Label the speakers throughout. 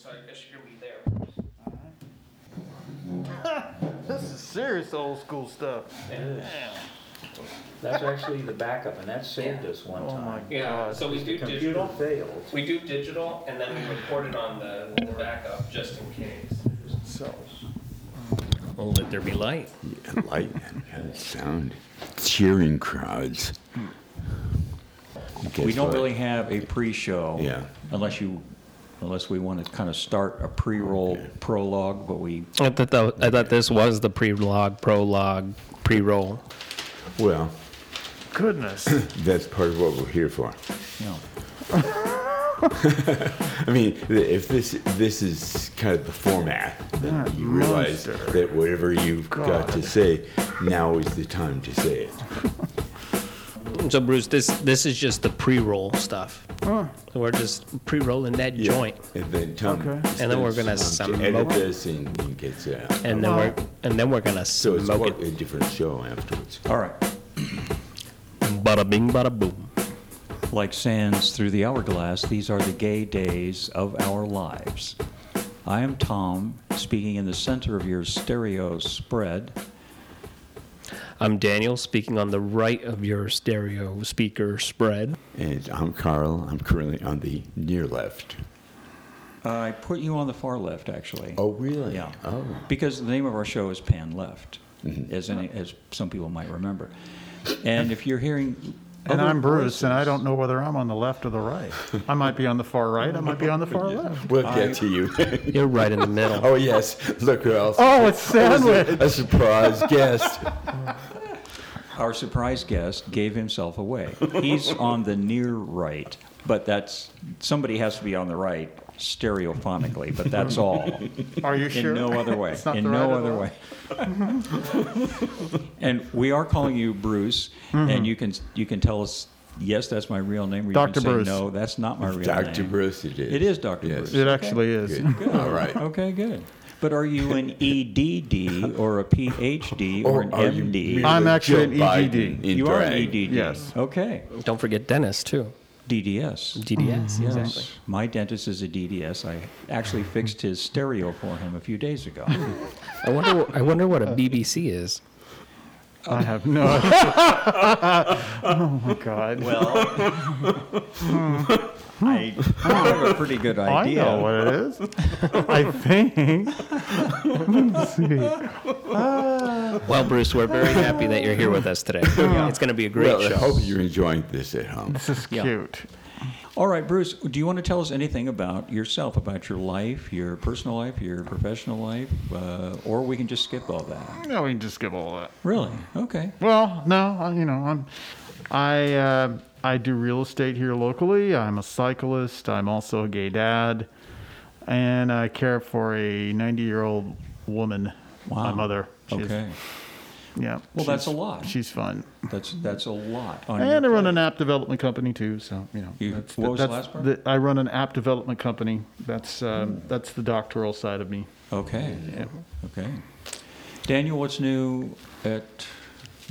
Speaker 1: so I guess you're gonna be there.
Speaker 2: This is serious old school stuff.
Speaker 3: That's actually the backup, and that saved us one
Speaker 2: Oh my
Speaker 3: time.
Speaker 1: Yeah,
Speaker 4: Uh,
Speaker 2: god.
Speaker 1: so we do
Speaker 3: The computer
Speaker 1: digital,
Speaker 3: failed.
Speaker 1: we do digital, and then we record it on the the backup, just in case.
Speaker 2: So,
Speaker 5: Well, let there be light.
Speaker 6: and light and sound, cheering crowds.
Speaker 5: We
Speaker 6: Guess
Speaker 5: don't
Speaker 6: what?
Speaker 5: really have a pre-show.
Speaker 6: Yeah.
Speaker 5: Unless you, unless we want to kind of start a pre-roll prologue, but we,
Speaker 4: I thought, that, I thought this was the pre-log, prologue, pre-roll.
Speaker 6: Well,
Speaker 2: goodness.
Speaker 6: that's part of what we're here for.
Speaker 5: you know,
Speaker 6: I mean, th- if this this is kind of the format, then you realize
Speaker 2: monster.
Speaker 6: that whatever you've got to say, now is the time to say it.
Speaker 4: So Bruce, this this is just the pre-roll stuff. So we're just pre-rolling that
Speaker 6: Yeah.
Speaker 4: joint,
Speaker 6: And then Tom.
Speaker 2: Okay.
Speaker 4: And then we're gonna
Speaker 6: Tom to
Speaker 4: smoke
Speaker 6: edit
Speaker 4: it.
Speaker 6: this and, and gets it out.
Speaker 4: and then we're and then we're gonna
Speaker 6: so it's
Speaker 4: smoke
Speaker 6: quite a different show afterwards.
Speaker 5: all right.
Speaker 4: it. Bada bing, bada boom.
Speaker 5: Like sands through the hourglass, these are the gay days of our lives. I am Tom, speaking in the center of your stereo spread.
Speaker 4: I'm Daniel, speaking on the right of your stereo speaker spread.
Speaker 6: And I'm Carl. I'm currently on the near left.
Speaker 5: I put you on the far left, actually.
Speaker 6: Oh, really?
Speaker 5: Yeah.
Speaker 6: Oh. Mm-hmm.
Speaker 5: Because the name of our show is Pan Left, as any, as some people might remember. And if you're hearing,
Speaker 2: And
Speaker 5: other
Speaker 2: I'm Bruce, and I
Speaker 5: voices-
Speaker 2: don't know whether I'm on the left or the right. I might be on the far right, I might be on the far left.
Speaker 6: We'll get to you.
Speaker 4: You're right in the middle.
Speaker 6: Oh yes, look who else!
Speaker 2: Oh, it's
Speaker 6: There's a-
Speaker 2: sandwich.
Speaker 6: A surprise guest.
Speaker 5: Our surprise guest gave himself away. He's on the near right, but that's somebody has to be on the right stereophonically, but that's all.
Speaker 2: Are you sure?
Speaker 5: In no other way.
Speaker 2: It's not
Speaker 5: in
Speaker 2: the
Speaker 5: no
Speaker 2: right or the
Speaker 5: other way. and we are calling you Bruce,
Speaker 2: Mm-hmm.
Speaker 5: and you can you can tell us yes, that's my real name. Or you
Speaker 2: Dr.
Speaker 5: can say,
Speaker 2: Bruce.
Speaker 5: no, that's not my real name.
Speaker 6: Dr. Bruce, it is.
Speaker 5: It is Dr.
Speaker 6: Yes.
Speaker 5: Bruce.
Speaker 2: It actually is.
Speaker 6: Good. All right.
Speaker 5: Okay, good. But are you an EDD or a PhD or, an
Speaker 6: Oh, are you
Speaker 5: MD?
Speaker 6: merely
Speaker 2: I'm actually
Speaker 6: Joe
Speaker 2: an E
Speaker 6: Biden
Speaker 2: EGD.
Speaker 6: in
Speaker 5: You are an
Speaker 4: E
Speaker 6: drag?
Speaker 5: EDD.
Speaker 2: Yes.
Speaker 5: Okay.
Speaker 4: Don't forget Dennis too.
Speaker 5: DDS. Mm-hmm.
Speaker 4: DDS, exactly.
Speaker 5: Yes. My dentist is a DDS. I actually fixed his stereo for him a few days ago.
Speaker 4: I wonder I wonder what a BBC is.
Speaker 2: I have no. oh my god.
Speaker 5: Well, I have a pretty good
Speaker 2: I
Speaker 5: idea.
Speaker 2: know what it is. I think. Let's see.
Speaker 4: Well, Bruce, we're very happy that you're here with us today. It's going to be a great
Speaker 6: Well, I
Speaker 4: show.
Speaker 6: hope you're enjoying this at home.
Speaker 2: This is
Speaker 5: Yeah.
Speaker 2: cute.
Speaker 5: All right, Bruce, do you want to tell us anything about yourself, about your life, your personal life, your professional life? Uh, or we can just skip all that.
Speaker 2: No, we can just give all that.
Speaker 5: Really? Okay.
Speaker 2: Well, no, I- you know, I'm, I, uh, I do real estate here locally. I'm a cyclist. I'm also a gay dad, and I care for a 90 year old woman, my
Speaker 5: Wow.
Speaker 2: mother. She's,
Speaker 5: Okay.
Speaker 2: Yeah.
Speaker 5: Well,
Speaker 2: she's-
Speaker 5: that's a lot.
Speaker 2: She's fun.
Speaker 5: That's that's a lot. On
Speaker 2: And I
Speaker 5: your
Speaker 2: run
Speaker 5: plate.
Speaker 2: an app development company too, so you know.
Speaker 5: You-
Speaker 2: that's
Speaker 5: what was the
Speaker 2: that's
Speaker 5: last part?
Speaker 2: the- I run an app development company. That's um, that's the doctoral side of me.
Speaker 5: Okay. Okay. Daniel, what's new at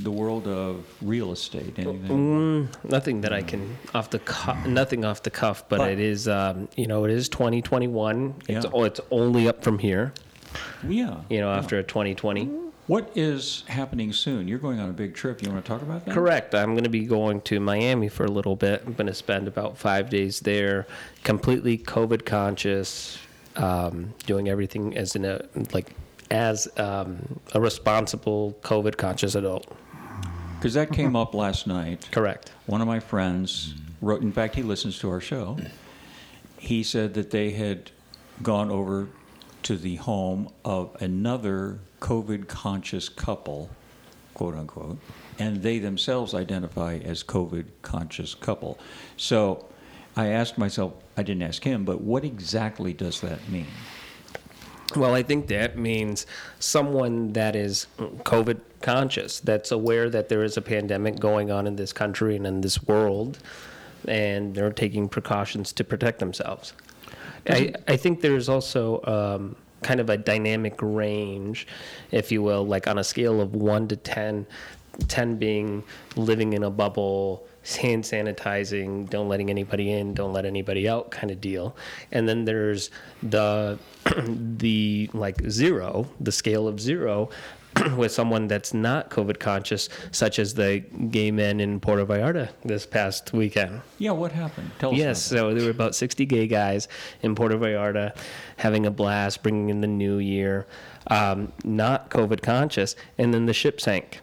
Speaker 5: the world of real estate?
Speaker 4: Mm-hmm.
Speaker 5: Anything?
Speaker 4: Nothing that I can off the cu- nothing off the cuff, but,
Speaker 5: But-
Speaker 4: it is um, you know it is 2021. It's
Speaker 5: Yeah.
Speaker 4: oh, it's only up from here.
Speaker 5: Yeah.
Speaker 4: You know after 2020.
Speaker 5: What is happening soon? You're going on a big trip. You want to talk about that?
Speaker 4: Correct. I'm going to be going to Miami for a little bit. I'm going to spend about five days there, completely COVID conscious, um, doing everything as in a like as um, a responsible COVID conscious adult.
Speaker 5: Because that came up last night.
Speaker 4: Correct.
Speaker 5: One of my friends
Speaker 4: Mm-hmm.
Speaker 5: wrote, in fact, he listens to our show. He said that they had gone over to the home of another COVID conscious couple, quote unquote, and they themselves identify as COVID conscious couple. So I asked myself, I didn't ask him, but what exactly does that mean?
Speaker 4: Well, I think that means someone that is COVID conscious, that's aware that there is a pandemic going on in this country and in this world, and they're taking precautions to protect themselves. I, I think there's also um, kind of a dynamic range, if you will, like on a scale of one to 10, 10 being living in a bubble, hand sanitizing, don't letting anybody in, don't let anybody out kind of deal. And then there's the the like zero, the scale of zero. with someone that's not COVID conscious, such as the gay men in Puerto Vallarta this past weekend.
Speaker 5: Yeah, what happened? Tell us.
Speaker 4: Yes, so there were about 60 gay guys in Puerto Vallarta having a blast, bringing in the new year, um, not COVID conscious, and then the ship sank.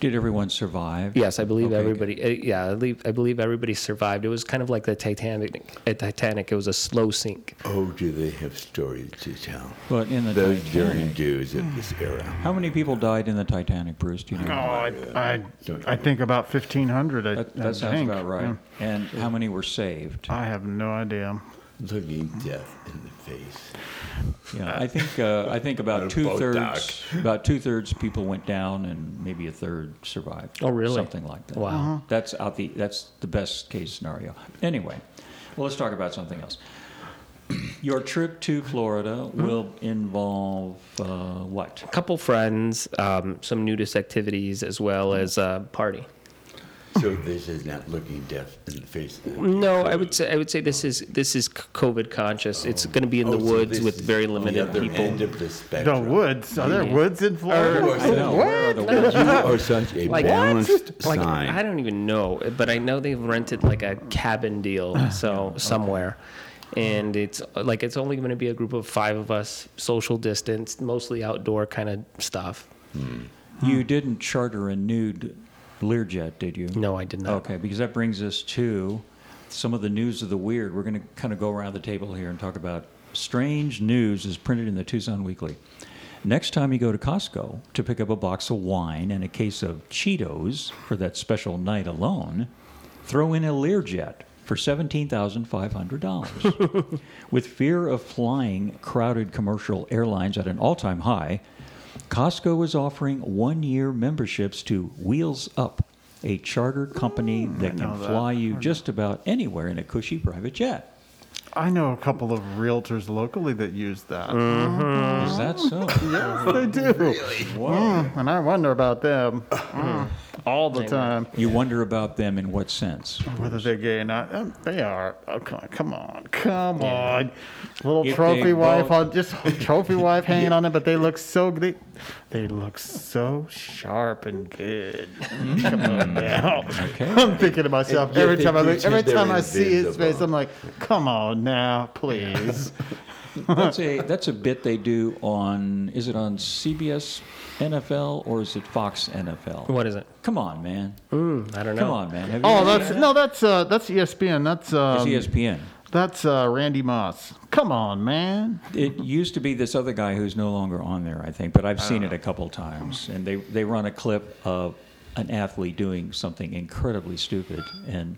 Speaker 5: Did everyone survive?
Speaker 4: Yes, I believe
Speaker 5: Okay,
Speaker 4: everybody. Uh, yeah, I believe, I believe everybody survived. It was kind of like the Titanic. At Titanic, it was a slow sink.
Speaker 6: Oh, do they have stories to tell?
Speaker 5: But in the
Speaker 6: Those daring
Speaker 5: Titanic,
Speaker 6: dudes of this era.
Speaker 5: how many people died in the Titanic, Bruce? Do you know?
Speaker 2: Oh, I, I, I think about 1,500. I,
Speaker 5: that Uh,
Speaker 2: I
Speaker 5: that sounds
Speaker 2: think.
Speaker 5: about right. And how many were saved?
Speaker 2: I have no idea.
Speaker 6: Looking death in the face.
Speaker 5: Yeah, I think uh, I think about
Speaker 6: They're
Speaker 5: two
Speaker 6: both
Speaker 5: thirds about two thirds people went down, and maybe a third survived.
Speaker 4: Oh, really?
Speaker 5: Something like that.
Speaker 4: Wow. Uh-huh.
Speaker 5: That's out the that's the best case scenario. Anyway, well, let's talk about something else. Your trip to Florida will involve uh, what?
Speaker 4: A couple friends, um, some nudist activities, as well as a party.
Speaker 6: So
Speaker 4: Hmm.
Speaker 6: this is not looking death in the face.
Speaker 4: No, I would say I would say this is this is COVID conscious. It's going to be in the
Speaker 6: Oh, so
Speaker 4: woods
Speaker 6: this
Speaker 4: with
Speaker 6: is
Speaker 4: very
Speaker 6: on
Speaker 4: limited
Speaker 6: the other
Speaker 4: people.
Speaker 6: End of the
Speaker 2: The
Speaker 6: spectrum.
Speaker 2: woods. Are there woods in Florida?
Speaker 6: Or-
Speaker 5: I know, where are the woods?
Speaker 6: You are such a
Speaker 4: Like
Speaker 6: balanced
Speaker 4: Like
Speaker 6: sign.
Speaker 4: I don't even know, but I know they've rented like a cabin
Speaker 6: Ah,
Speaker 4: deal, so somewhere, and it's like it's only going to be a group of five of us, social distance, mostly outdoor kind of stuff. Hmm.
Speaker 5: You didn't charter a nude Learjet, did you?
Speaker 4: No, I did not.
Speaker 5: Okay, because that brings us to some of the news of the weird. We're going to kind of go around the table here and talk about strange news is printed in the Tucson Weekly. Next time you go to Costco to pick up a box of wine and a case of Cheetos for that special night alone, throw in a Learjet for $17,500. With fear of flying crowded commercial airlines at an all time high, Costco is offering one year memberships to Wheels Up, a charter company that can fly you just about anywhere in a cushy private jet.
Speaker 2: I know a couple of realtors locally that use that. Oh,
Speaker 5: Is that so?
Speaker 2: Yes, they do. Mm, and I wonder about them Mm, all the time.
Speaker 5: You wonder about them in what sense?
Speaker 2: Whether they're gay or not, Um, they are. Oh, come on, come on, come on. Little
Speaker 5: If they
Speaker 2: trophy wife
Speaker 5: both-
Speaker 2: on, just trophy wife hanging on it, but they look so they, they look so sharp and good. come on now. I'm thinking to myself
Speaker 6: And yet
Speaker 2: every
Speaker 6: Mm. they
Speaker 2: time I look,
Speaker 6: pretend
Speaker 2: every
Speaker 6: they're
Speaker 2: time I see his face,
Speaker 6: invisible.
Speaker 2: I'm like, come on now, please.
Speaker 5: That's a that's a bit they do on is it on CBS NFL or is it Fox NFL?
Speaker 4: What is it? Hmm,
Speaker 5: Come on, man.
Speaker 4: I don't know.
Speaker 5: Come on, man. Have you
Speaker 2: Oh,
Speaker 5: ever
Speaker 2: that's
Speaker 5: seen
Speaker 2: no, that's uh, that's ESPN. That's
Speaker 5: that?
Speaker 6: E
Speaker 2: um,
Speaker 5: It's E ESPN.
Speaker 2: That's uh, Randy Moss. Come on, man.
Speaker 5: It used to be this other guy who's no longer on there, I think, but I've seen it a couple times. And they, they run a clip of an athlete doing something incredibly stupid. And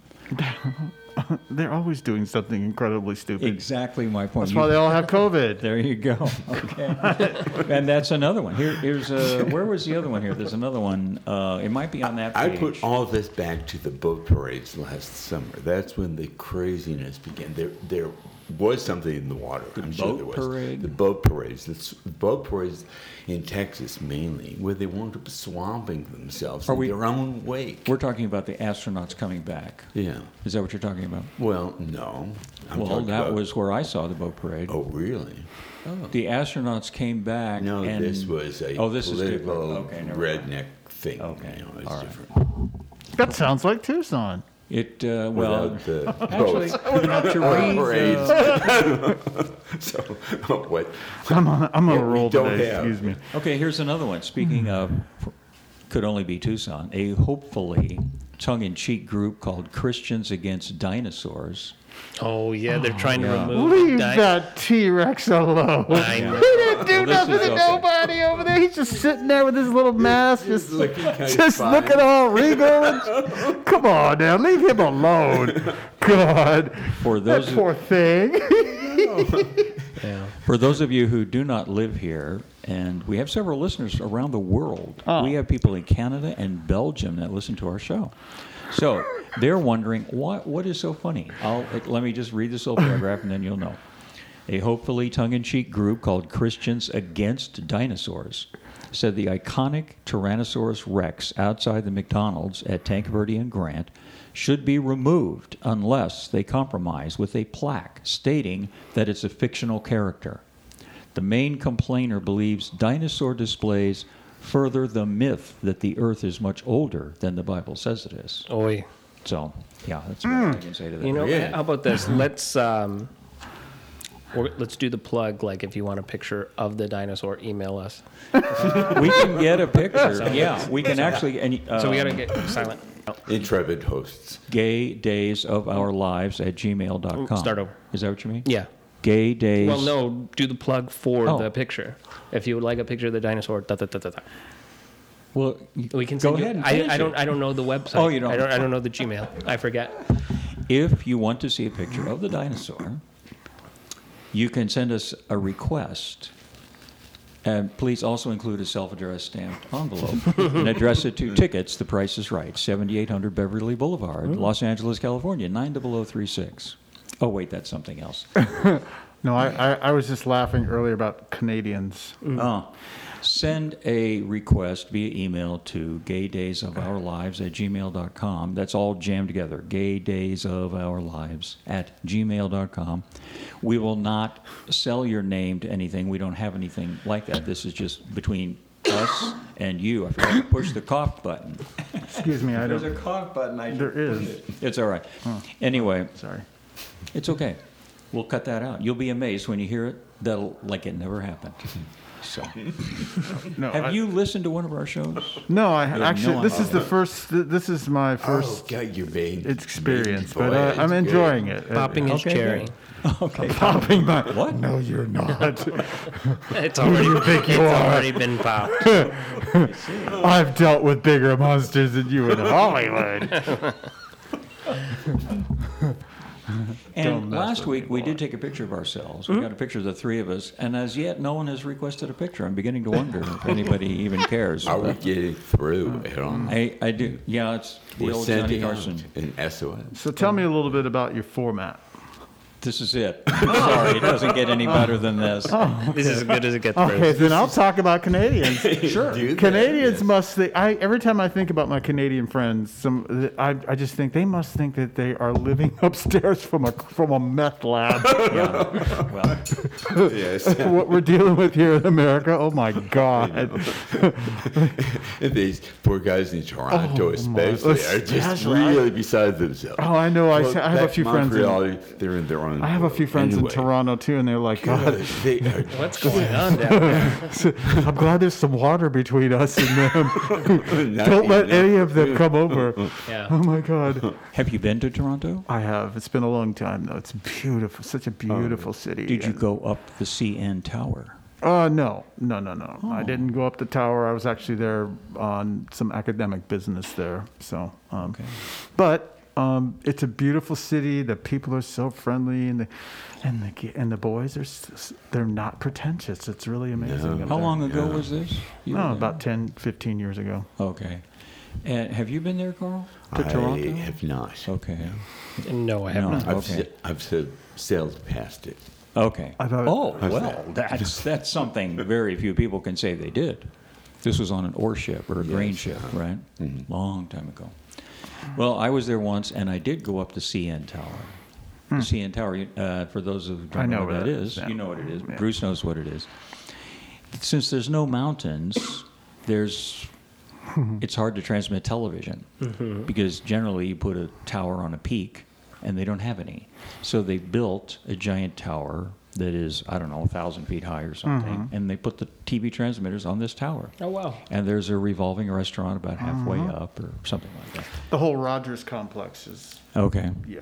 Speaker 2: They're always doing something incredibly stupid.
Speaker 5: exactly my point.
Speaker 2: That's why
Speaker 5: You-
Speaker 2: they all have COVID.
Speaker 5: there you go. Okay. and that's another one. Here, here's uh where was the other one here? There's another one. Uh, it might be on that
Speaker 6: I
Speaker 5: page.
Speaker 6: put all this back to the boat parades last summer. That's when the craziness began. There, there was something in the water. I'm sure
Speaker 5: boat
Speaker 6: there was.
Speaker 5: parade?
Speaker 6: The boat parades. The s- boat parades in Texas mainly, where they wound up swamping themselves
Speaker 5: Are
Speaker 6: in
Speaker 5: we-
Speaker 6: their own wake.
Speaker 5: We're talking about the astronauts coming back.
Speaker 6: Yeah.
Speaker 5: Is that what you're talking about?
Speaker 6: Well, no. I'm
Speaker 5: well,
Speaker 6: talking
Speaker 5: that
Speaker 6: about-
Speaker 5: was where I saw the boat parade.
Speaker 6: Oh, really?
Speaker 5: The astronauts came back.
Speaker 6: No,
Speaker 5: and,
Speaker 6: this was a
Speaker 5: oh, this is
Speaker 6: political
Speaker 5: different. Okay, never mind.
Speaker 6: redneck thing.
Speaker 5: Okay,
Speaker 6: You know, it's
Speaker 5: all right.
Speaker 6: different.
Speaker 2: That sounds like Tucson.
Speaker 5: It uh, well,
Speaker 6: Without the
Speaker 5: actually,
Speaker 6: boats.
Speaker 5: you know, to read,
Speaker 6: parades.
Speaker 5: uh,
Speaker 6: So, oh, what?
Speaker 2: I'm on, I'm on
Speaker 6: Yeah,
Speaker 2: a
Speaker 6: we
Speaker 2: roll
Speaker 6: don't
Speaker 2: today.
Speaker 6: have-
Speaker 2: Excuse me.
Speaker 5: okay, here's another one. Speaking of, could only be Tucson. A hopefully tongue-in-cheek group called Christians Against Dinosaurs.
Speaker 4: Oh yeah, they're trying to
Speaker 5: yeah.
Speaker 4: remove
Speaker 2: Leave
Speaker 4: di-
Speaker 2: that T Rex alone.
Speaker 4: I know.
Speaker 2: He didn't do
Speaker 5: Well, this
Speaker 2: nothing
Speaker 5: is
Speaker 2: to
Speaker 5: okay.
Speaker 2: nobody over there. He's just sitting there with his little mask, just
Speaker 6: looking kinda
Speaker 2: just
Speaker 6: fine.
Speaker 2: looking all regal. and- Come on now, leave him alone. God,
Speaker 5: For those
Speaker 2: that
Speaker 5: who-
Speaker 2: poor thing.
Speaker 4: Yeah.
Speaker 5: For those of you who do not live here, and we have several listeners around the world, we have people in Canada and Belgium that listen to our show. So they're wondering, what, what is so funny? I'll, let me just read this little paragraph and then you'll know. A hopefully tongue in cheek group called Christians Against Dinosaurs said the iconic Tyrannosaurus Rex outside the McDonald's at Tankerville and Grant should be removed unless they compromise with a plaque stating that it's a fictional character. The main complainer believes dinosaur displays further the myth that the earth is much older than the Bible says it is.
Speaker 4: Oy.
Speaker 5: So, yeah, that's what I can say to that.
Speaker 4: You know,
Speaker 6: Yeah.
Speaker 4: how about this? Let's um, or let's do the plug. Like, if you want a picture of the dinosaur, email us.
Speaker 5: we can get a picture. yeah, we can actually. And,
Speaker 4: So we gotta
Speaker 5: um,
Speaker 4: get silent.
Speaker 6: Intrepid hosts.
Speaker 5: gay days of our lives at gmail.com.
Speaker 4: Ooh, start over.
Speaker 5: Is that what you mean?
Speaker 4: Yeah.
Speaker 5: Gay days.
Speaker 4: Well, no, do the plug for
Speaker 5: Oh.
Speaker 4: the picture. If you would like a picture of the dinosaur, da, da, da, da, da.
Speaker 5: Well,
Speaker 4: we can
Speaker 5: go
Speaker 4: send you-
Speaker 5: ahead. and finish
Speaker 4: I, I
Speaker 5: it.
Speaker 4: don't. I don't know the website.
Speaker 5: Oh, you don't.
Speaker 4: I don't. I don't know the Gmail. I forget.
Speaker 5: If you want to see a picture of the dinosaur, you can send us a request. And please also include a self addressed stamped envelope and address it to Tickets, The Price is Right, 7800 Beverly Boulevard, Los Angeles, California, 90036. Oh, wait, that's something else.
Speaker 2: No, I, I, I was just laughing earlier about Canadians.
Speaker 5: Oh. Send a request via email to gaydaysofourlives at gmail.com. That's all jammed together. Gaydaysofourlives at gmail.com. We will not sell your name to anything. We don't have anything like that. This is just between us and you. I forgot to push the cough button.
Speaker 2: Excuse me, I
Speaker 5: There's a
Speaker 2: don't.
Speaker 5: cough button. I
Speaker 2: There is.
Speaker 5: It's all right. Anyway,
Speaker 2: Sorry.
Speaker 5: it's okay. We'll cut that out. You'll be amazed when you hear it. That'll like it never happened. So.
Speaker 2: No,
Speaker 5: Have
Speaker 2: I-
Speaker 5: you listened to one of our shows?
Speaker 2: No, I
Speaker 5: have
Speaker 2: actually.
Speaker 5: no
Speaker 2: this is
Speaker 5: idea.
Speaker 2: the first. th- This is my
Speaker 6: Oh,
Speaker 2: first
Speaker 6: God, you made
Speaker 2: experience,
Speaker 6: made
Speaker 2: but uh,
Speaker 6: voyage.
Speaker 2: I'm
Speaker 6: Good.
Speaker 2: enjoying it.
Speaker 4: Popping his
Speaker 5: Okay,
Speaker 4: cherry.
Speaker 5: Okay.
Speaker 2: Popping my.
Speaker 5: What?
Speaker 2: No, you're not.
Speaker 4: It's already.
Speaker 2: think you
Speaker 4: it's
Speaker 2: are?
Speaker 4: already been popped.
Speaker 2: I've dealt with bigger monsters than you in Hollywood. Don't
Speaker 5: And
Speaker 2: mess
Speaker 5: last
Speaker 2: with Mm-hmm.
Speaker 5: week we did take a picture of ourselves. We got a picture of the three of us, and as yet no one has requested a picture. I'm beginning to wonder if anybody even cares.
Speaker 6: Are we getting through
Speaker 2: Uh,
Speaker 6: at all?
Speaker 5: I, I do. Yeah, it's the
Speaker 6: We're
Speaker 5: old Johnny
Speaker 6: sending out
Speaker 5: Carson.
Speaker 6: an SOS.
Speaker 2: So tell me a little bit about your format.
Speaker 5: This is it. Sorry, it doesn't get any better than this.
Speaker 2: Oh.
Speaker 4: This is as good as it gets.
Speaker 2: Okay,
Speaker 4: Bruce.
Speaker 2: then I'll talk about Canadians. sure.
Speaker 6: Do that,
Speaker 2: Canadians
Speaker 6: yes.
Speaker 2: must think. I every time I think about my Canadian friends, some I, I just think they must think that they are living upstairs from a from a meth lab.
Speaker 5: Yeah. Well,
Speaker 6: yes.
Speaker 2: what we're dealing with here in America. Oh my God.
Speaker 6: These poor guys in Toronto,
Speaker 2: Oh, my-
Speaker 6: especially, are just
Speaker 2: especially, I-
Speaker 6: really beside themselves.
Speaker 2: Oh, I know. I,
Speaker 6: Well,
Speaker 2: I have a
Speaker 6: back
Speaker 2: few
Speaker 6: in
Speaker 2: friends. In,
Speaker 6: Montreal, they're in their own.
Speaker 2: I have a few
Speaker 6: world.
Speaker 2: friends
Speaker 6: Anyway.
Speaker 2: in Toronto too, and they're like,
Speaker 6: God,
Speaker 2: God,
Speaker 6: they are
Speaker 4: What's going on down there?
Speaker 2: I'm glad there's some water between us and them.
Speaker 6: not
Speaker 2: Don't let
Speaker 6: enough.
Speaker 2: any of them come over.
Speaker 4: Yeah.
Speaker 2: Oh my God.
Speaker 5: have you been to Toronto?
Speaker 2: I have. It's been a long time though. It's beautiful. Such a beautiful city.
Speaker 5: Um, Did you
Speaker 2: and-
Speaker 5: go up the CN Tower?
Speaker 2: Uh, no, no, no, no.
Speaker 5: Oh.
Speaker 2: I didn't go up the tower. I was actually there on some academic business there. So, um, but um, it's a beautiful city. The people are so friendly, and the and the ki- and the boys are s- s- they're not pretentious. It's really amazing. up
Speaker 5: How
Speaker 2: there.
Speaker 5: long ago was this? You were
Speaker 2: No,
Speaker 5: there?
Speaker 2: about 10, 15 years ago.
Speaker 5: Okay. And have you been there, Carl?
Speaker 6: I
Speaker 5: To Toronto?
Speaker 6: have not.
Speaker 5: Okay.
Speaker 4: No, I have
Speaker 5: No.
Speaker 4: not.
Speaker 6: I've,
Speaker 5: Okay.
Speaker 6: se- I've se- sailed past it.
Speaker 5: Okay.
Speaker 2: I've had-
Speaker 5: oh,
Speaker 6: I've-
Speaker 5: well, that's, that's something very few people can say they did. This was on an ore ship or a grain
Speaker 6: Yes. Uh-huh. Mm-hmm.
Speaker 5: ship, right? Long time ago. Well, I was there once, and I did go up the CN Tower. The CN Tower, you- uh, for those of
Speaker 2: Hmm. I
Speaker 5: don't
Speaker 2: know
Speaker 5: know
Speaker 2: where
Speaker 5: what that
Speaker 2: that
Speaker 5: is,
Speaker 2: is, yeah.
Speaker 5: you know what it is.
Speaker 2: Yeah.
Speaker 5: Bruce knows what it is. Since there's no mountains, there's it's hard to transmit television
Speaker 4: Mm-hmm.
Speaker 5: because generally you put a tower on a peak and they don't have any. So they built a giant tower that is, I don't know, a thousand feet high or something, and they put the TV transmitters on this tower.
Speaker 4: Oh wow.
Speaker 5: And there's a revolving restaurant about halfway up or something like that.
Speaker 2: The whole Rogers complex is
Speaker 5: Okay.
Speaker 2: yeah.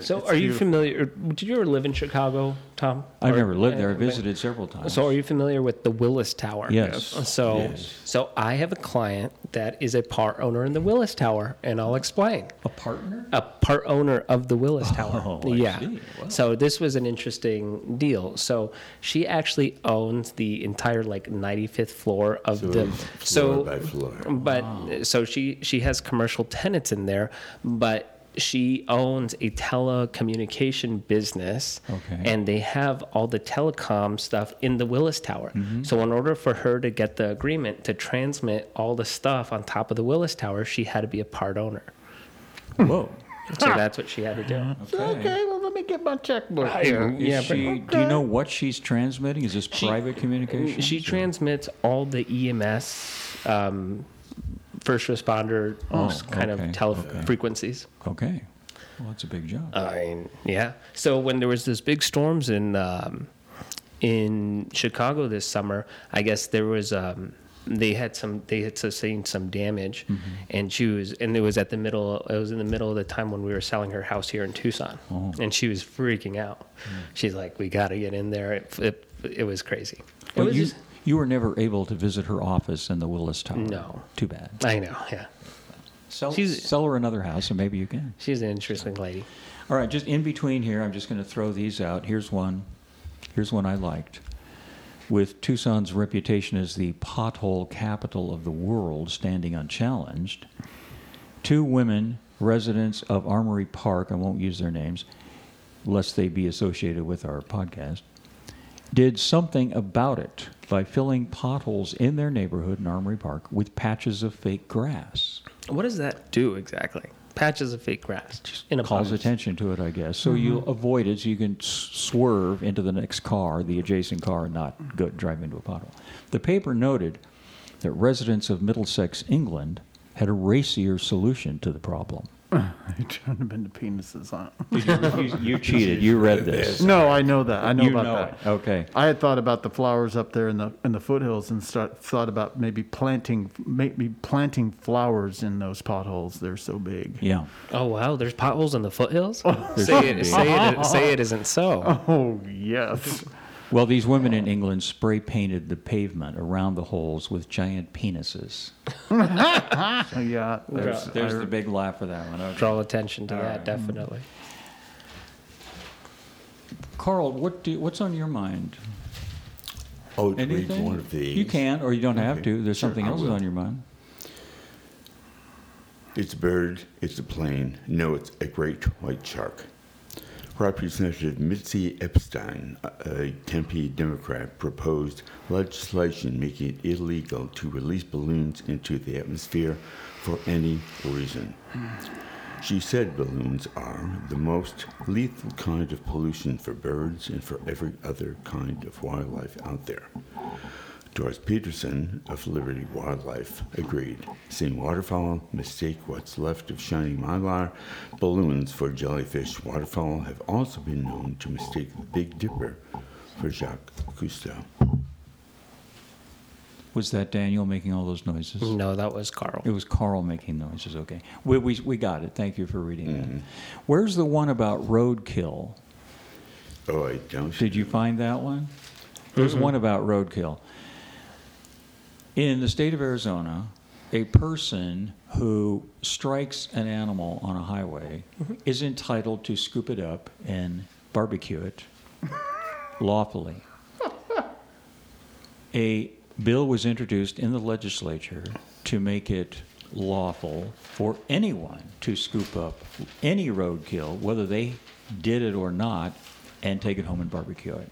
Speaker 4: So,
Speaker 2: It's
Speaker 4: are you
Speaker 2: beautiful.
Speaker 4: familiar? Did you ever live in Chicago, Tom?
Speaker 5: I've
Speaker 4: Or-
Speaker 5: never lived there. I
Speaker 4: uh, but-
Speaker 5: visited several times.
Speaker 4: So, are you familiar with the Willis Tower?
Speaker 5: Yes. Yes.
Speaker 4: So,
Speaker 6: Yes.
Speaker 4: so I have a client that is a part owner in the Willis Tower, and I'll explain.
Speaker 5: a partner?
Speaker 4: A part owner of the Willis Tower.
Speaker 5: Oh, I
Speaker 4: yeah.
Speaker 5: see. Wow.
Speaker 4: So this was an interesting deal. So she actually owns the entire like 95th floor of the
Speaker 6: it's floor
Speaker 4: so
Speaker 6: by floor.
Speaker 4: uh, but so she she has commercial tenants in there, but she owns a telecommunication business
Speaker 5: Okay.
Speaker 4: and they have all the telecom stuff in the Willis Tower.
Speaker 5: Mm-hmm.
Speaker 4: So in order for her to get the agreement to transmit all the stuff on top of the Willis Tower, she had to be a part owner.
Speaker 5: Hmm. Whoa.
Speaker 4: So that's what she had to do.
Speaker 2: Okay, well, let me get my checkbook here.
Speaker 5: Is
Speaker 4: Yeah, but-
Speaker 5: she, Do you know what she's transmitting? Is this private communication?
Speaker 4: She transmits all the EMS, um, first responder, those kind
Speaker 5: Oh, okay,
Speaker 4: of tele
Speaker 5: okay.
Speaker 4: frequencies.
Speaker 5: Okay. Well, that's a big job.
Speaker 4: I mean, Um, yeah. So when there was those big storms in um, in Chicago this summer, I guess there was um, they had some they had sustained some damage, and she was and it was at the middle it was in the middle of the time when we were selling her house here in Tucson, and she was freaking out. She's like, "We got to get in there." It it, it was crazy. it
Speaker 5: but
Speaker 4: was
Speaker 5: you,
Speaker 4: just-
Speaker 5: you were never able to visit her office in the Willis Tower.
Speaker 4: No.
Speaker 5: Too bad.
Speaker 4: I know, yeah.
Speaker 5: Sell,
Speaker 4: She's-
Speaker 5: sell her another house and maybe you can.
Speaker 4: She's an interesting lady.
Speaker 5: All right, just in between here, I'm just going to throw these out. Here's one. Here's one I liked. With Tucson's reputation as the pothole capital of the world standing unchallenged, two women, residents of Armory Park, I won't use their names, lest they be associated with our podcast, did something about it by filling potholes in their neighborhood in Armory Park with patches of fake grass.
Speaker 4: What does that do exactly? Patches of fake grass in a
Speaker 5: calls
Speaker 4: box.
Speaker 5: attention to it, I guess. So you avoid it, so you can s- swerve into the next car, the adjacent car, and not go drive into a pothole. The paper noted that residents of Middlesex, England, had a racier solution to the problem.
Speaker 2: I turned them into penises on.
Speaker 5: you, you cheated. You read this.
Speaker 2: No, I know that. I know
Speaker 5: you
Speaker 2: about
Speaker 5: know
Speaker 2: that.
Speaker 5: it. Okay.
Speaker 2: I had thought about the flowers up there in the in the foothills and start, thought about maybe planting maybe planting flowers in those potholes. They're so big.
Speaker 5: Yeah.
Speaker 4: Oh wow, there's potholes in the foothills. say it, say it, say it isn't so.
Speaker 2: Oh yes.
Speaker 5: Well, these women in England spray painted the pavement around the holes with giant penises.
Speaker 2: Oh, yeah.
Speaker 5: There's,
Speaker 4: Draw-
Speaker 5: there's the big laugh for that one. Okay.
Speaker 4: Draw attention to that, definitely.
Speaker 5: Carl, what do, what's on your mind?
Speaker 6: Oh, to read
Speaker 5: Anything?
Speaker 6: one of these.
Speaker 5: You can, or you don't have
Speaker 6: Okay.
Speaker 5: to. There's
Speaker 6: Sure,
Speaker 5: something
Speaker 6: I
Speaker 5: else
Speaker 6: will.
Speaker 5: on your mind.
Speaker 6: It's a bird. It's a plane. No, it's a great white shark. Representative Mitzi Epstein, a Tempe Democrat, proposed legislation making it illegal to release balloons into the atmosphere for any reason. She said balloons are the most lethal kind of pollution for birds and for every other kind of wildlife out there. Doris Peterson of Liberty Wildlife agreed. Seeing waterfowl, mistake what's left of shiny mylar. Balloons for jellyfish waterfowl have also been known to mistake the Big Dipper for Jacques Cousteau.
Speaker 5: Was that Daniel making all those noises?
Speaker 4: No, that was Carl.
Speaker 5: It was Carl making noises. Okay, we we, we got it. Thank you for reading that. Where's the one about roadkill?
Speaker 6: Oh, I don't.
Speaker 5: Did you find that one? There's one about roadkill. In the state of Arizona, a person who strikes an animal on a highway is entitled to scoop it up and barbecue it lawfully. A bill was introduced in the legislature to make it lawful for anyone to scoop up any roadkill, whether they did it or not, and take it home and barbecue it.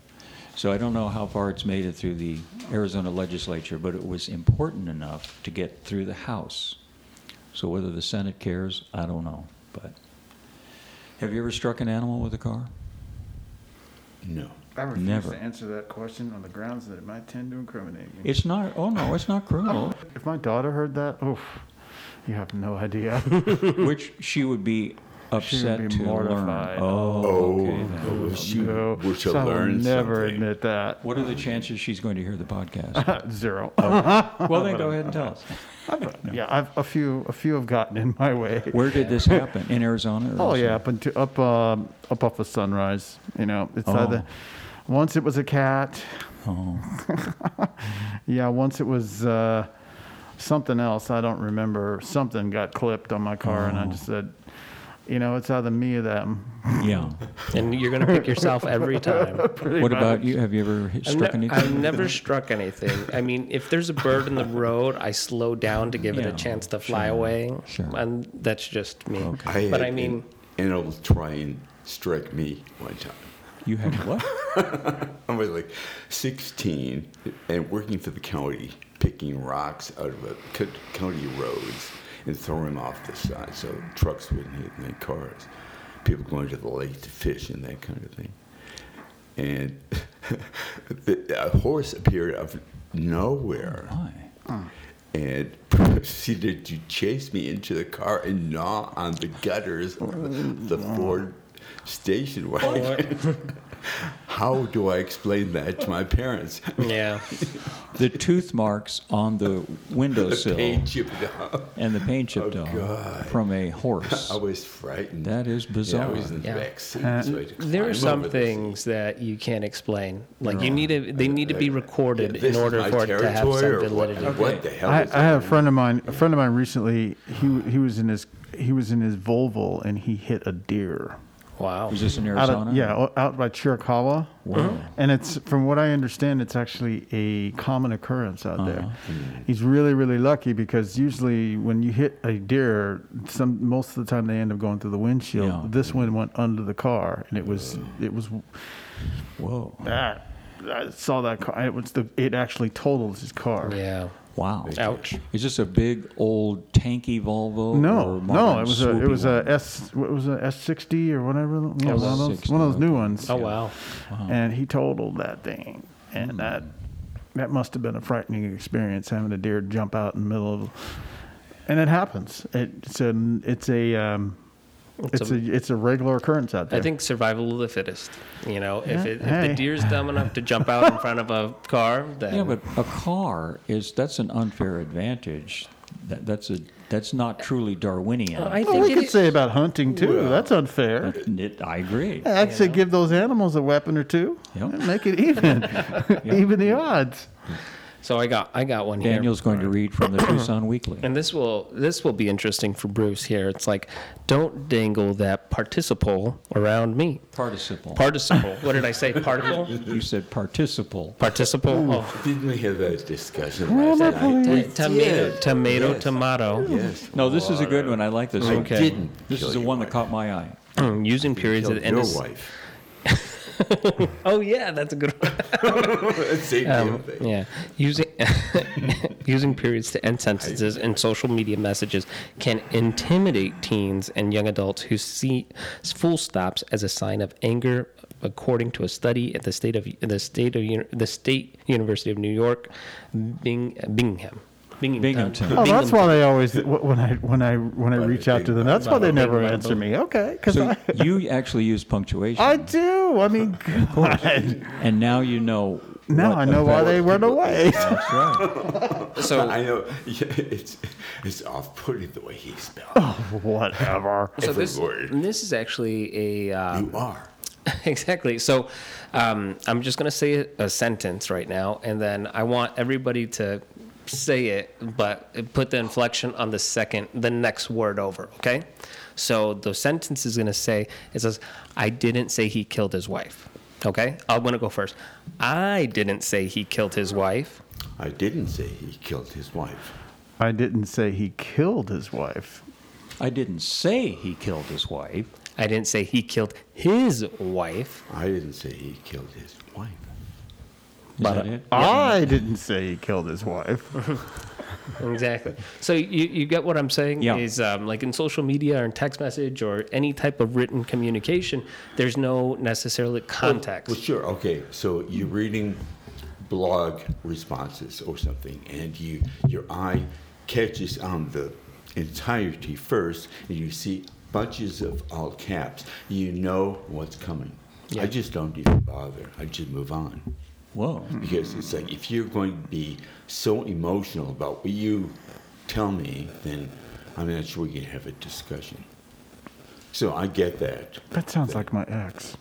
Speaker 5: So I don't know how far it's made it through the Arizona legislature, but it was important enough to get through the House. So whether the Senate cares, I don't know. But have you ever struck an animal with a car?
Speaker 6: No.
Speaker 2: I refuse
Speaker 5: Never.
Speaker 2: to answer that question on the grounds that it might tend to incriminate me.
Speaker 5: It's not. Oh no, it's not criminal.
Speaker 2: If my daughter heard that, oof, you have no idea.
Speaker 5: which she would be upset
Speaker 2: be
Speaker 5: to
Speaker 2: mortified.
Speaker 5: learn. Oh,
Speaker 6: Oh,
Speaker 5: okay. then.
Speaker 6: oh, she
Speaker 2: no,
Speaker 6: were to
Speaker 2: so I will
Speaker 6: learn
Speaker 2: never
Speaker 6: something.
Speaker 2: admit that.
Speaker 5: What are the chances she's going to hear the podcast?
Speaker 2: Zero.
Speaker 5: well, then go ahead and tell us.
Speaker 2: Yeah, I've, a few, a few have gotten in my way.
Speaker 5: Where did this happen? In Arizona? Or
Speaker 2: Oh yeah, up into up um, up off of sunrise. You know, it's
Speaker 5: Oh.
Speaker 2: either once it was a cat. yeah, once it was uh,
Speaker 5: Oh.
Speaker 2: something else. I don't remember. Something got clipped on my car, and I just said, You know, it's either me or them.
Speaker 5: Yeah.
Speaker 4: and you're going to pick yourself every time.
Speaker 5: What about you? Have you ever hit-
Speaker 4: I've
Speaker 5: struck
Speaker 4: ne-
Speaker 5: anything?
Speaker 4: I've never struck anything. I mean, if there's a bird in the road, I slow down to give it
Speaker 5: Yeah,
Speaker 4: a chance to fly away,
Speaker 5: sure.
Speaker 4: and that's just me.
Speaker 6: I
Speaker 4: But
Speaker 6: had
Speaker 4: I mean,
Speaker 6: an, and it'll try and strike me one time.
Speaker 5: You had what?
Speaker 6: I was like 16 and working for the county, picking rocks out of a co- county roads and throwing them off the side so trucks wouldn't hit my cars. People going to the lake to fish and that kind of thing. And the, a horse appeared out of nowhere
Speaker 5: Why?
Speaker 6: and proceeded to chase me into the car and gnaw on the gutters of
Speaker 4: Mm-hmm.
Speaker 6: the Ford station wagon. How do I explain that to my parents?
Speaker 4: yeah,
Speaker 5: The tooth marks on the windowsill
Speaker 6: Pain chipped up.
Speaker 5: and the paint chipped
Speaker 6: Oh,
Speaker 5: off
Speaker 6: God.
Speaker 5: from a horse.
Speaker 6: I was frightened.
Speaker 5: That is
Speaker 6: Yeah, I
Speaker 5: bizarre.
Speaker 6: was in the
Speaker 4: Yeah.
Speaker 6: back seat. so
Speaker 4: Uh,
Speaker 6: I had to
Speaker 4: there
Speaker 6: climb
Speaker 4: are some
Speaker 6: over the
Speaker 4: things that you can't explain. Like you need to, they need to be
Speaker 6: seat.
Speaker 4: recorded
Speaker 6: Yeah, this
Speaker 4: in
Speaker 6: is
Speaker 4: order
Speaker 6: my
Speaker 4: for it to have
Speaker 6: territory
Speaker 4: some
Speaker 6: or what-
Speaker 4: validity.
Speaker 6: What the hell
Speaker 2: I,
Speaker 6: is
Speaker 2: I had a friend of mine. A friend of mine recently. He he was in his he was in his Volvo and he hit a deer.
Speaker 4: Wow.
Speaker 5: Is this in
Speaker 2: Out
Speaker 5: Arizona?
Speaker 2: of, yeah, o- out by Chiricahua. And it's from what I understand, it's actually a common occurrence out there.
Speaker 5: Uh-huh. Mm.
Speaker 2: He's really really lucky because usually when you hit a deer, some most of the time they end up going through the windshield.
Speaker 5: Yeah.
Speaker 2: This one went under the car, and it was it was
Speaker 5: Whoa.
Speaker 2: that. I saw that car. It was the. It actually totaled his car.
Speaker 4: Yeah.
Speaker 5: Wow.
Speaker 4: Ouch.
Speaker 5: Is this a big old tanky
Speaker 2: No,
Speaker 5: Volvo? or
Speaker 2: no,
Speaker 5: modern
Speaker 2: it was a it
Speaker 5: swoopy
Speaker 2: was
Speaker 5: one?
Speaker 2: a S what was it S sixty or whatever. You know, one of those
Speaker 5: 60,
Speaker 2: one of those new
Speaker 5: okay.
Speaker 2: ones.
Speaker 4: Oh wow. Hmm.
Speaker 2: And he totaled that thing, and that that must have been a frightening experience having a deer jump out in the middle of. And it happens. It, it's a it's a um, it's,
Speaker 4: a-
Speaker 2: a, it's a regular occurrence out there.
Speaker 4: I think survival of the fittest. You know, if, it, if
Speaker 2: Hey.
Speaker 4: the deer's dumb enough to jump out in front of a car, then
Speaker 5: Yeah, but a car is that's an unfair advantage. That, that's a that's not truly Darwinian.
Speaker 4: I
Speaker 2: Well,
Speaker 4: think
Speaker 2: we
Speaker 4: it
Speaker 2: could
Speaker 4: is-
Speaker 2: say about hunting too. That's unfair.
Speaker 5: It- I agree.
Speaker 2: I'd say give those animals a weapon or two.
Speaker 5: Yep.
Speaker 2: and Make it even, even the odds.
Speaker 4: So I got I got one here.
Speaker 5: Daniel's going to read from the Tucson Weekly.
Speaker 4: And this will this will be interesting for Bruce here. It's like, don't dangle that participle around me.
Speaker 5: Participle.
Speaker 4: Participle. what did I say? Particle.
Speaker 5: you said participle.
Speaker 4: Participle. Oh,
Speaker 6: Didn't we have that discussion last
Speaker 2: Grandma,
Speaker 6: night?
Speaker 4: t-
Speaker 2: please.
Speaker 4: tomato.
Speaker 6: did.
Speaker 4: Tomato.
Speaker 6: Yes.
Speaker 4: Tomato.
Speaker 6: Yes.
Speaker 5: No, this is a good one. I like this
Speaker 6: I
Speaker 5: one.
Speaker 4: Okay.
Speaker 6: didn't.
Speaker 5: This
Speaker 6: kill
Speaker 5: is the
Speaker 6: your
Speaker 5: one that
Speaker 6: wife.
Speaker 5: caught my eye.
Speaker 4: Hmm, Using periods
Speaker 6: Killed
Speaker 4: at the end.
Speaker 6: your
Speaker 4: of,
Speaker 6: wife.
Speaker 4: Oh yeah, that's a good one.
Speaker 6: Same
Speaker 4: Um,
Speaker 6: damn thing.
Speaker 4: Yeah, using using periods to end sentences in social media messages can intimidate teens and young adults who see full stops as a sign of anger, according to a study at the state of the state of Uni- the state University of New York, Bing, Bingham. Binghamton.
Speaker 5: Binghamton.
Speaker 2: Oh, that's why they always wh- when I when I when I reach out to them. That's why they never answer me. Okay, because
Speaker 5: So
Speaker 2: I,
Speaker 5: you actually use punctuation.
Speaker 2: I do. I mean, God.
Speaker 5: and now you know.
Speaker 2: now
Speaker 5: what
Speaker 2: I know why
Speaker 5: effect-
Speaker 2: they run away.
Speaker 5: That's right.
Speaker 4: So
Speaker 6: I know. Yeah, it's it's off-putting the way he spelled
Speaker 2: Whatever.
Speaker 4: so
Speaker 6: every
Speaker 4: this,
Speaker 6: word.
Speaker 4: this is actually a uh,
Speaker 6: You are.
Speaker 4: exactly. So um, I'm just going to say a a sentence right now, and then I want everybody to say it, but put the inflection on the second, the next word over. Okay. So the sentence is going to say, it says, I didn't say he killed his wife. Okay. I'm going to go first. I didn't say he killed his wife.
Speaker 6: I didn't say he killed his wife.
Speaker 2: I didn't say he killed his wife.
Speaker 5: I didn't say he killed his wife.
Speaker 4: I didn't say he killed his wife.
Speaker 6: I didn't say he killed his wife.
Speaker 5: Is that it?
Speaker 2: I didn't say he killed his wife.
Speaker 4: Exactly. So you, you get what I'm saying?
Speaker 5: Yeah.
Speaker 4: Is um, like in social media or in text message or any type of written communication, there's no
Speaker 5: Oh,
Speaker 4: necessarily context.
Speaker 6: Well, sure. Okay. So you're reading blog responses or something, and you your eye catches on the entirety first, and you see bunches of all caps. You know what's coming.
Speaker 4: Yeah.
Speaker 6: I just don't even bother. I just move on.
Speaker 5: Whoa.
Speaker 6: Because it's like if you're going to be so emotional about what you tell me, then I'm not sure we can have a discussion. So I get that.
Speaker 2: That sounds like my ex.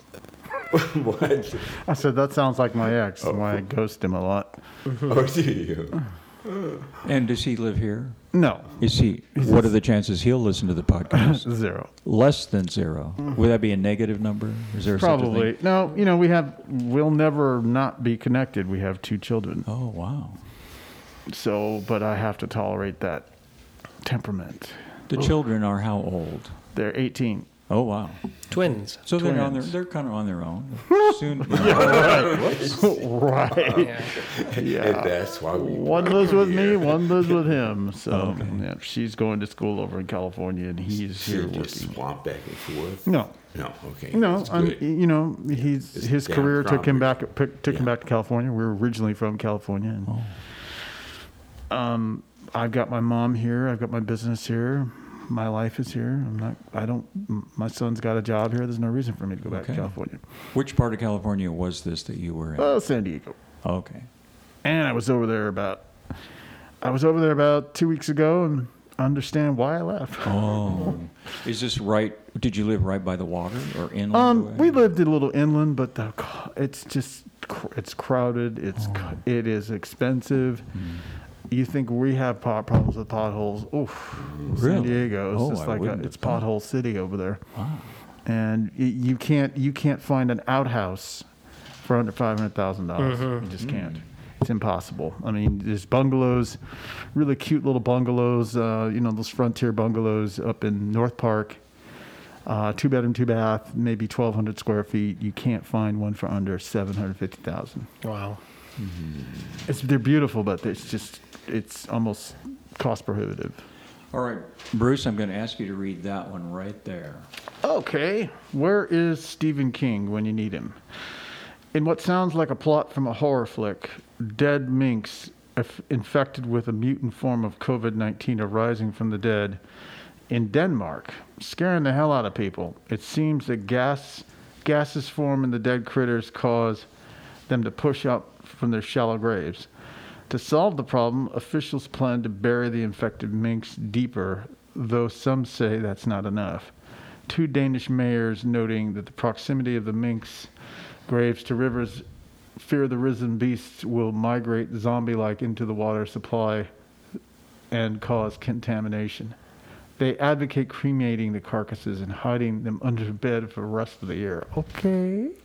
Speaker 6: what?
Speaker 2: I said that sounds like my ex. Why I ghost him a lot.
Speaker 6: Oh, do you?
Speaker 5: And does he live here?
Speaker 2: No,
Speaker 5: Is he? What are the chances he'll listen to the podcast?
Speaker 2: zero.
Speaker 5: Less than zero. Would that be a negative number? Is there Such a
Speaker 2: Mm-hmm. Probably.
Speaker 5: thing?
Speaker 2: No, you know, we have, we'll never not be connected. We have two children.
Speaker 5: Oh wow.
Speaker 2: So, but I have to tolerate that temperament.
Speaker 5: The children are how old?
Speaker 2: They're 18.
Speaker 5: Oh wow.
Speaker 4: Twins.
Speaker 5: So they're on their.
Speaker 2: Twins.
Speaker 5: They're kind of on their own. Soon.
Speaker 2: right.
Speaker 4: Yeah.
Speaker 6: And that's why we
Speaker 2: One
Speaker 6: brought
Speaker 2: lives
Speaker 6: him
Speaker 2: with me,
Speaker 6: here.
Speaker 2: one lives with him. So, yeah, she's going to school over in California and he's
Speaker 6: You're
Speaker 2: here
Speaker 6: just
Speaker 2: working.
Speaker 6: swap back and forth.
Speaker 2: No.
Speaker 6: No. Okay.
Speaker 2: No,
Speaker 6: that's
Speaker 2: I'm,
Speaker 6: good.
Speaker 2: you know, he's
Speaker 6: It's
Speaker 2: his
Speaker 6: down
Speaker 2: career took him
Speaker 6: property.
Speaker 2: back took him
Speaker 6: Yeah.
Speaker 2: back to California. We were originally from California. And,
Speaker 6: Oh.
Speaker 2: Um, I've got my mom here. I've got my business here. My life is here. I'm not. I don't. My son's got a job here. There's no reason for me to go back
Speaker 5: Okay.
Speaker 2: to California.
Speaker 5: Which part of California was this that you were in?
Speaker 2: Oh, San Diego.
Speaker 5: okay.
Speaker 2: And I was over there about. I was over there about two weeks ago, and understand why I left.
Speaker 5: Oh, is this right? Did you live right by the water or inland?
Speaker 2: Um,
Speaker 5: away?
Speaker 2: we lived a little inland, but the, co- it's just cr- it's crowded. It's co- it is expensive. You think we have pot problems with potholes? Oof,
Speaker 5: Really?
Speaker 2: San Diego is
Speaker 5: Oh,
Speaker 2: just
Speaker 5: I
Speaker 2: like a,
Speaker 5: wouldn't
Speaker 2: it's
Speaker 5: have thought.
Speaker 2: pothole city over there,
Speaker 5: Wow.
Speaker 2: and y- you can't you can't find an outhouse for under five dollars. You
Speaker 5: Mm.
Speaker 2: just can't. It's impossible. I mean, there's bungalows, really cute little bungalows. Uh, you know, those frontier bungalows up in North Park uh, two bedroom, two bath, maybe 1,200 square feet. You can't find one for under 750,000.
Speaker 4: Wow.
Speaker 2: It's they're beautiful, but it's just it's almost cost prohibitive.
Speaker 5: All right, Bruce, I'm going to ask you to read that one right there.
Speaker 2: Okay, where is Stephen King when you need him? In what sounds like a plot from a horror flick, dead minks inf- infected with a mutant form of COVID 19 arising from the dead in Denmark, scaring the hell out of people. It seems that gas, gases form in the dead critters cause them to push up from their shallow graves. To solve the problem, officials plan to bury the infected minks deeper, though some say that's not enough. Two Danish mayors noting that the proximity of the minks' graves to rivers fear the risen beasts will migrate zombie like into the water supply and cause contamination. They advocate cremating the carcasses and hiding them under the bed for the rest of the year. Okay.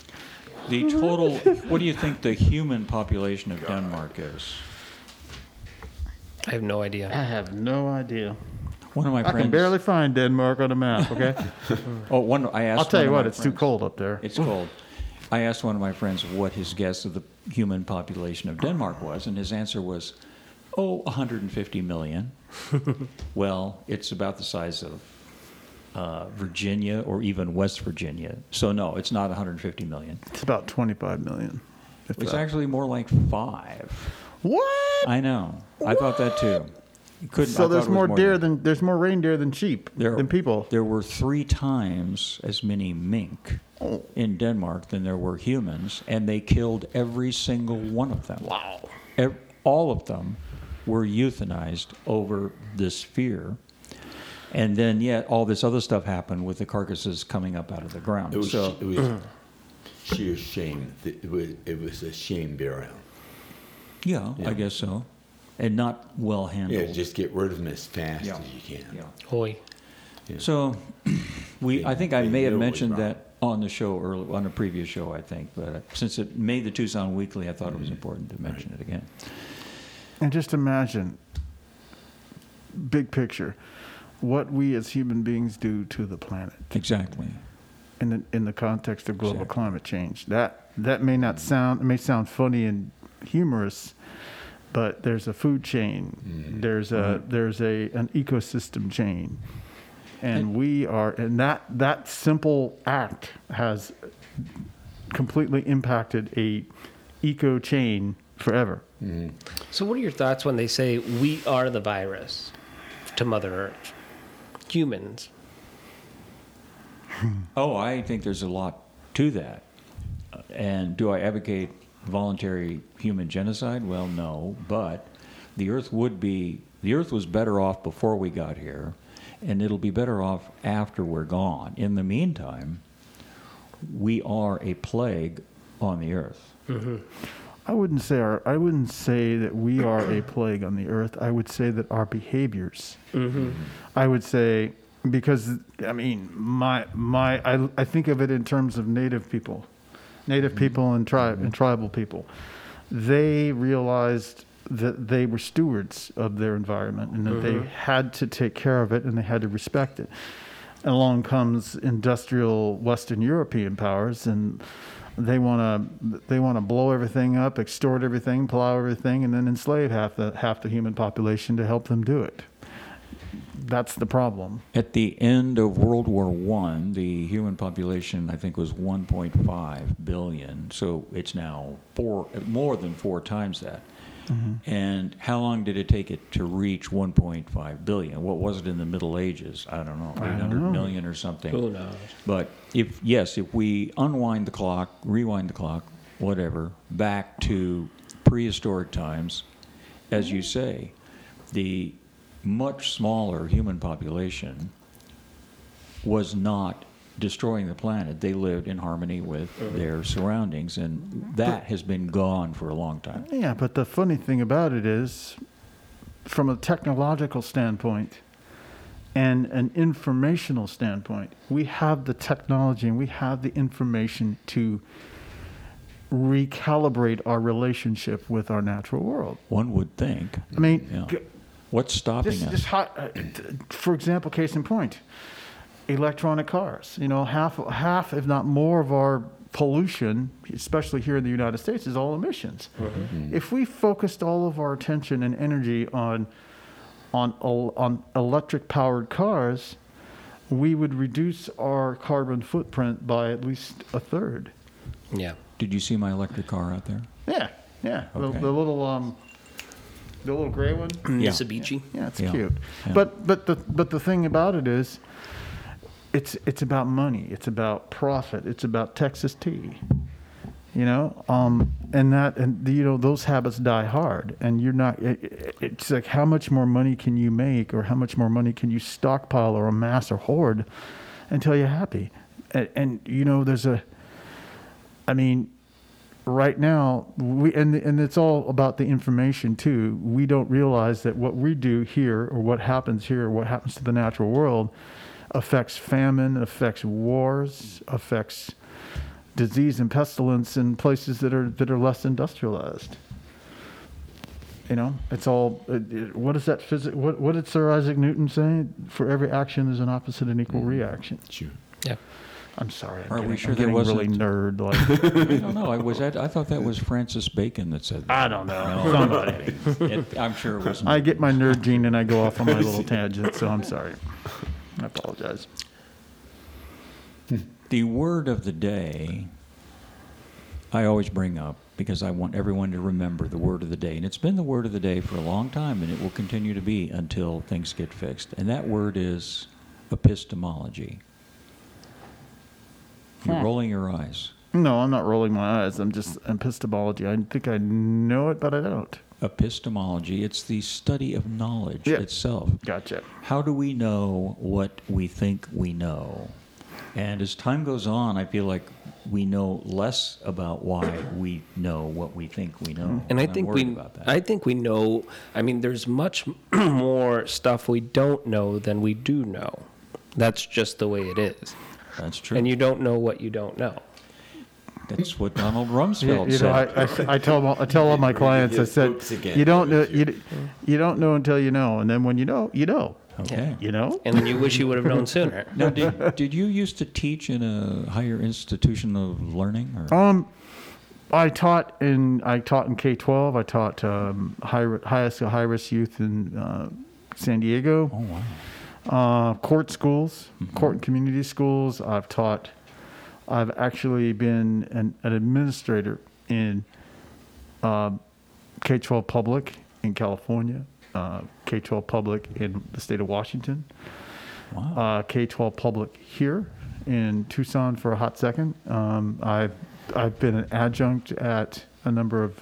Speaker 5: The total, what do you think the human population of Denmark is?
Speaker 4: I have no idea.
Speaker 2: I have no idea.
Speaker 5: One of my
Speaker 2: I
Speaker 5: friends.
Speaker 2: can barely find Denmark on a map, okay?
Speaker 5: Oh, one. I asked.
Speaker 2: I'll tell
Speaker 5: one
Speaker 2: you
Speaker 5: of
Speaker 2: what,
Speaker 5: my
Speaker 2: it's too
Speaker 5: friends-
Speaker 2: cold up there.
Speaker 5: It's cold. I asked one of my friends what his guess of the human population of Denmark was, and his answer was, "Oh, 150 million." well, it's about the size of uh, Virginia or even West Virginia. So no, it's not 150 million.
Speaker 2: It's about 25 million. If
Speaker 5: It's
Speaker 2: that-
Speaker 5: actually more like five.
Speaker 2: what?
Speaker 5: I know. I thought that too. You Couldn't. I
Speaker 2: so
Speaker 5: thought
Speaker 2: there's
Speaker 5: it was
Speaker 2: more deer
Speaker 5: than-
Speaker 2: than there's more reindeer than sheep
Speaker 5: There-
Speaker 2: than people.
Speaker 5: There were three times as many mink in Denmark than there were humans, and they killed every single one of them. Wow. all of them were euthanized over this fear. And then, yet, all this other stuff happened with the carcasses coming up out of the ground.
Speaker 6: It was,
Speaker 5: so,
Speaker 6: it was sheer shame. It was, it was a shame burial.
Speaker 5: yeah, I guess so. And not well
Speaker 6: Yeah,
Speaker 5: handled.
Speaker 6: just get rid of them as fast
Speaker 5: Yeah.
Speaker 6: as you can.
Speaker 5: yeah.
Speaker 4: Hoy.
Speaker 5: So, we, I think I
Speaker 6: They
Speaker 5: may have
Speaker 6: knew it was
Speaker 5: mentioned
Speaker 6: wrong.
Speaker 5: that on the show earlier, on a previous show, I think, but since it made the Tucson Weekly, I thought it was
Speaker 6: Mm-hmm.
Speaker 5: important to mention it again.
Speaker 2: And just imagine, big picture, what we as human beings do to the planet
Speaker 5: Exactly.
Speaker 2: in the, in the context of global
Speaker 5: Exactly.
Speaker 2: climate change. That that may not sound it may sound funny and humorous, but there's a food chain. There's a there's a an ecosystem chain. And we are and that that simple act has completely impacted a eco chain forever.
Speaker 4: So, what are your thoughts when they say we are the virus to Mother Earth? Humans.
Speaker 5: Oh, I think there's a lot to that. And do I advocate voluntary human genocide? Well, no, but the earth would be, the earth was better off before we got here, and it'll be better off after we're gone. In the meantime, we are a plague on the earth.
Speaker 2: I wouldn't say our I wouldn't say that we are a plague on the earth. I would say that our behaviors. I would say because I mean my my I, I think of it in terms of native people, native people and tribe and tribal people. They realized that they were stewards of their environment and that they had to take care of it and they had to respect it. And along comes industrial Western European powers and they want to they want to blow everything up, extort everything, plow everything, and then enslave half the half the human population to help them do it. That's the problem.
Speaker 5: At the end of World War One, the human population, I think, was 1.5 billion. So it's now four, more than four times that. And how long did it take it to reach 1.5 billion? What was it in the Middle Ages? I don't know, 800 million or something.
Speaker 4: Who knows?
Speaker 5: But if yes, if we unwind the clock, rewind the clock, whatever, back to prehistoric times, as you say, the much smaller human population was not destroying the planet. They lived in harmony with their surroundings, and that has been gone for a long time.
Speaker 2: Yeah, but the funny thing about it is, from a technological standpoint and an informational standpoint, we have the technology and we have the information to recalibrate our relationship with our natural world.
Speaker 5: One would think.
Speaker 2: I mean,
Speaker 5: Yeah.
Speaker 2: g-
Speaker 5: What's stopping
Speaker 2: Just,
Speaker 5: us?
Speaker 2: just hot, uh, t- for example, case in point, electronic cars. You know, half, half, if not more, of our pollution, especially here in the United States, is all emissions. Mm-hmm. If we focused all of our attention and energy on on el- on electric powered cars, we would reduce our carbon footprint by at least a third.
Speaker 4: Yeah.
Speaker 5: Did you see my electric car out there?
Speaker 2: Yeah, yeah.
Speaker 5: Okay.
Speaker 2: The, the little um, the little gray one.
Speaker 4: Mm. Mitsubishi.
Speaker 2: Yeah, it's
Speaker 5: Yeah.
Speaker 2: cute.
Speaker 5: Yeah.
Speaker 2: But but the but the thing about it is, it's it's about money. It's about profit. It's about Texas tea. You know, um, and that and you know those habits die hard, and you're not. It, it- it's like how much more money can you make, or how much more money can you stockpile, or amass, or hoard, until you're happy. And, and you know, there's a. I mean, right now we and and it's all about the information too we don't realize that what we do here or what happens here or what happens to the natural world affects famine affects wars affects disease and pestilence in places that are that are less industrialized you know it's all it, it, what is that physic what, what did sir isaac newton say for every action there's an opposite and equal reaction
Speaker 6: Sure.
Speaker 4: Yeah.
Speaker 2: i'm sorry I'm
Speaker 5: Are
Speaker 2: getting-
Speaker 5: we sure
Speaker 2: I'm
Speaker 5: there
Speaker 2: getting really
Speaker 5: wasn't-
Speaker 2: nerd like
Speaker 5: I don't know. I was. At, I thought that was Francis Bacon that said that.
Speaker 2: i don't know somebody
Speaker 5: It- I'm sure it wasn't.
Speaker 2: I get my nerd gene and I go off on my little tangent, so I'm sorry. I apologize.
Speaker 5: the word of the day. I always bring up because I want everyone to remember the word of the day, and it's been the word of the day for a long time, and it will continue to be until things get fixed. And that word is epistemology. You're rolling your eyes.
Speaker 2: No, I'm not rolling my eyes. I'm just epistemology. I think I know it, but I don't.
Speaker 5: Epistemology. It's the study of knowledge
Speaker 2: Yeah.
Speaker 5: itself.
Speaker 2: Gotcha.
Speaker 5: How do we know what we think we know? And as time goes on, I feel like we know less about why we know what we think we know.
Speaker 4: And I
Speaker 5: I'm
Speaker 4: think
Speaker 5: worried
Speaker 4: we,
Speaker 5: about that.
Speaker 4: I think we know. I mean, there's much more stuff we don't know than we do know. That's just the way it is.
Speaker 5: That's true.
Speaker 4: And you don't know what you don't know.
Speaker 5: That's what Donald
Speaker 2: You,
Speaker 5: Rumsfeld
Speaker 2: you
Speaker 5: said.
Speaker 2: know, I, I, I tell all, I tell all my clients. I said,
Speaker 6: Oops again.
Speaker 2: you don't know you, you don't know until you know, and then when you know, you know,
Speaker 5: okay.
Speaker 2: you know.
Speaker 4: And then you wish you would have known sooner.
Speaker 5: Now, did, did you used to teach in a higher institution of learning? Or?
Speaker 2: Um, I taught in I taught in K twelve. I taught um, high highest high risk youth in uh, San Diego.
Speaker 5: oh, wow.
Speaker 2: uh, court schools, court and community schools. I've taught. I've actually been an, an administrator in um, K twelve public in California, uh, K twelve public in the state of Washington,
Speaker 5: Wow.
Speaker 2: Uh, K twelve public here in Tucson for a hot second. Um, I've I've been an adjunct at a number of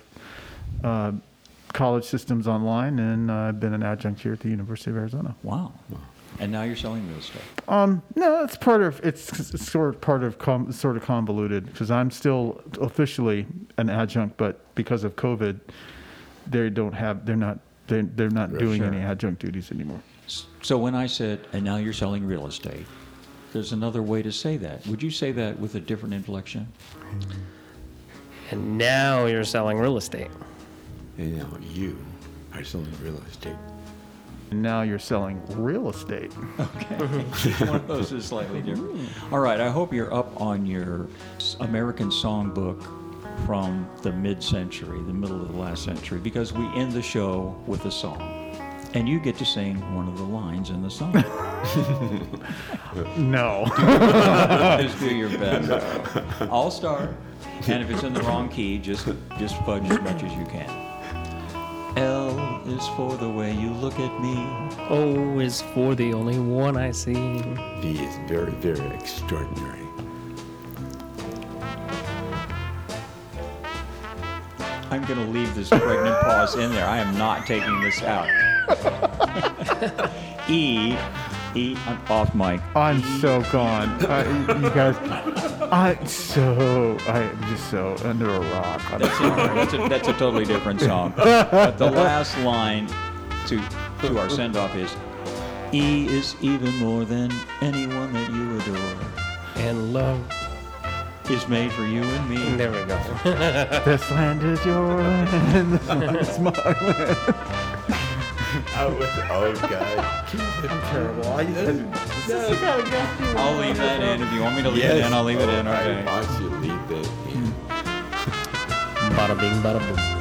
Speaker 2: uh, college systems online, and I've been an adjunct here at the University of Arizona.
Speaker 5: wow. And now you're selling this stuff.
Speaker 2: Um, no, it's part of it's, it's sort of part of com, sort of convoluted because I'm still officially an adjunct, but because of COVID, they don't have they're not they're, they're not doing
Speaker 5: sure.
Speaker 2: any adjunct duties anymore.
Speaker 5: S- So when I said, and now you're selling real estate, there's another way to say that. Would you say that with a different inflection?
Speaker 4: And now you're selling real estate.
Speaker 6: And now you are selling real estate.
Speaker 2: And now you're selling real estate.
Speaker 5: One of those is slightly different. Mm. All right, I hope you're up on your s- American songbook from the mid century, the middle of the last century, because we end the show with a song. And you get to sing one of the lines in the song.
Speaker 2: No.
Speaker 5: just do your best. I'll start. And if it's in the wrong key, just just fudge as much as you can. L is for the way you look at me.
Speaker 4: O is Oh, for the only one I see.
Speaker 6: D is very, very extraordinary.
Speaker 5: I'm going to leave this pregnant pause in there. I am not taking this out. e, E, I'm off mic.
Speaker 2: I'm so gone. I, you guys, I so I am just so under a rock. I'm
Speaker 5: That's a, that's, a, that's a totally different song. But the last line to to our send off is E is even more than anyone that you adore
Speaker 4: And love.
Speaker 5: is made for you and me.
Speaker 4: There we go.
Speaker 2: This land is your land. This land is mine.
Speaker 6: Out Oh, with the old guy.
Speaker 2: I'm terrible. I,
Speaker 5: I'll leave that in. If you want me to leave it
Speaker 6: Oh,
Speaker 5: in, I'll leave it in. Okay.
Speaker 6: I want you to leave that in.
Speaker 4: Bada bing, bada boom.